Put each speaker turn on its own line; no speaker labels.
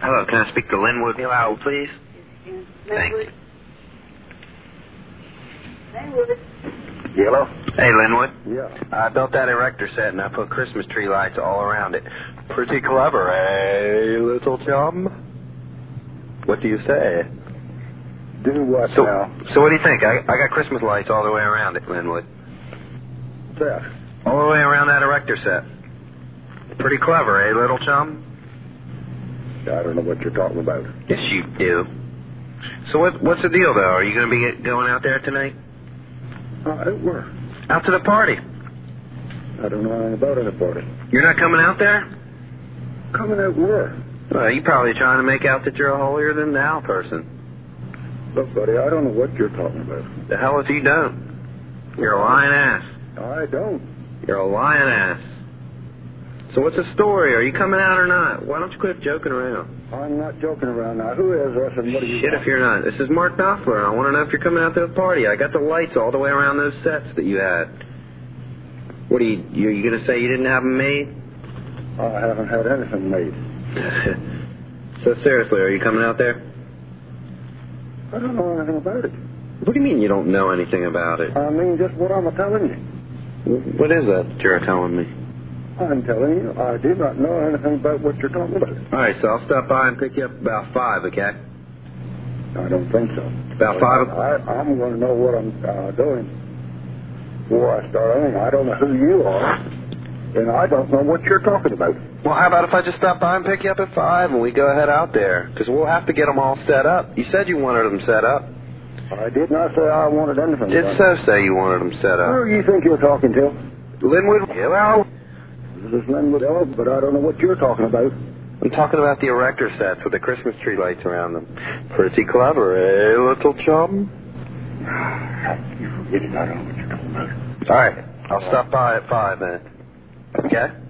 Hello, can I speak to Linwood Melow, please? Thank you.
Hello?
Hey, Linwood.
Yeah.
I built that erector set and I put Christmas tree lights all around it. Pretty clever, eh, little chum? What do you say?
Do what
So,
now?
so what do you think? I, I got Christmas lights all the way around it, Linwood.
There.
All the way around that erector set. Pretty clever, eh, little chum?
I don't know what you're talking about.
Yes, you do. So what, what's the deal, though? Are you going to be going out there tonight?
Uh, it were.
Out to the party.
I don't know anything about it about it.
You're not coming out there?
Coming out were.
Well, you're probably trying to make out that you're a holier-than-thou person.
Look, buddy, I don't know what you're talking about.
The hell if you don't. You're a lying ass.
I don't.
You're a lying ass. So what's the story? Are you coming out or not? Why don't you quit joking around?
I'm not joking around now. Who is this and what are you
Shit if you're not. This is Mark Knopfler. I want to know if you're coming out to the party. I got the lights all the way around those sets that you had. What are you, you, you going to say you didn't have them made?
I haven't had anything made.
so seriously, are you coming out there?
I don't know anything about it.
What do you mean you don't know anything about it?
I mean just what I'm telling you.
What is that that you're telling me?
I'm telling you, I do not know anything about what you're talking about.
All right, so I'll stop by and pick you up about five, okay?
I don't think so.
About five. o-
I, I'm going to know what I'm uh, doing before I start anything. I don't know who you are, and I don't know what you're talking about.
Well, how about if I just stop by and pick you up at five, and we go ahead out there? Because we'll have to get them all set up. You said you wanted them set up.
I did not say I wanted anything.
Did
done.
so say you wanted them set
Who
up?
do you think you're talking to?
Linwood, hello.
This is Linwood Ellis, but I don't know what you're talking about.
I'm talking about the erector sets with the Christmas tree lights around them. Pretty clever, eh, little chum?
You forget it. I don't know what you're talking about.
All right, I'll stop by at five then. Okay.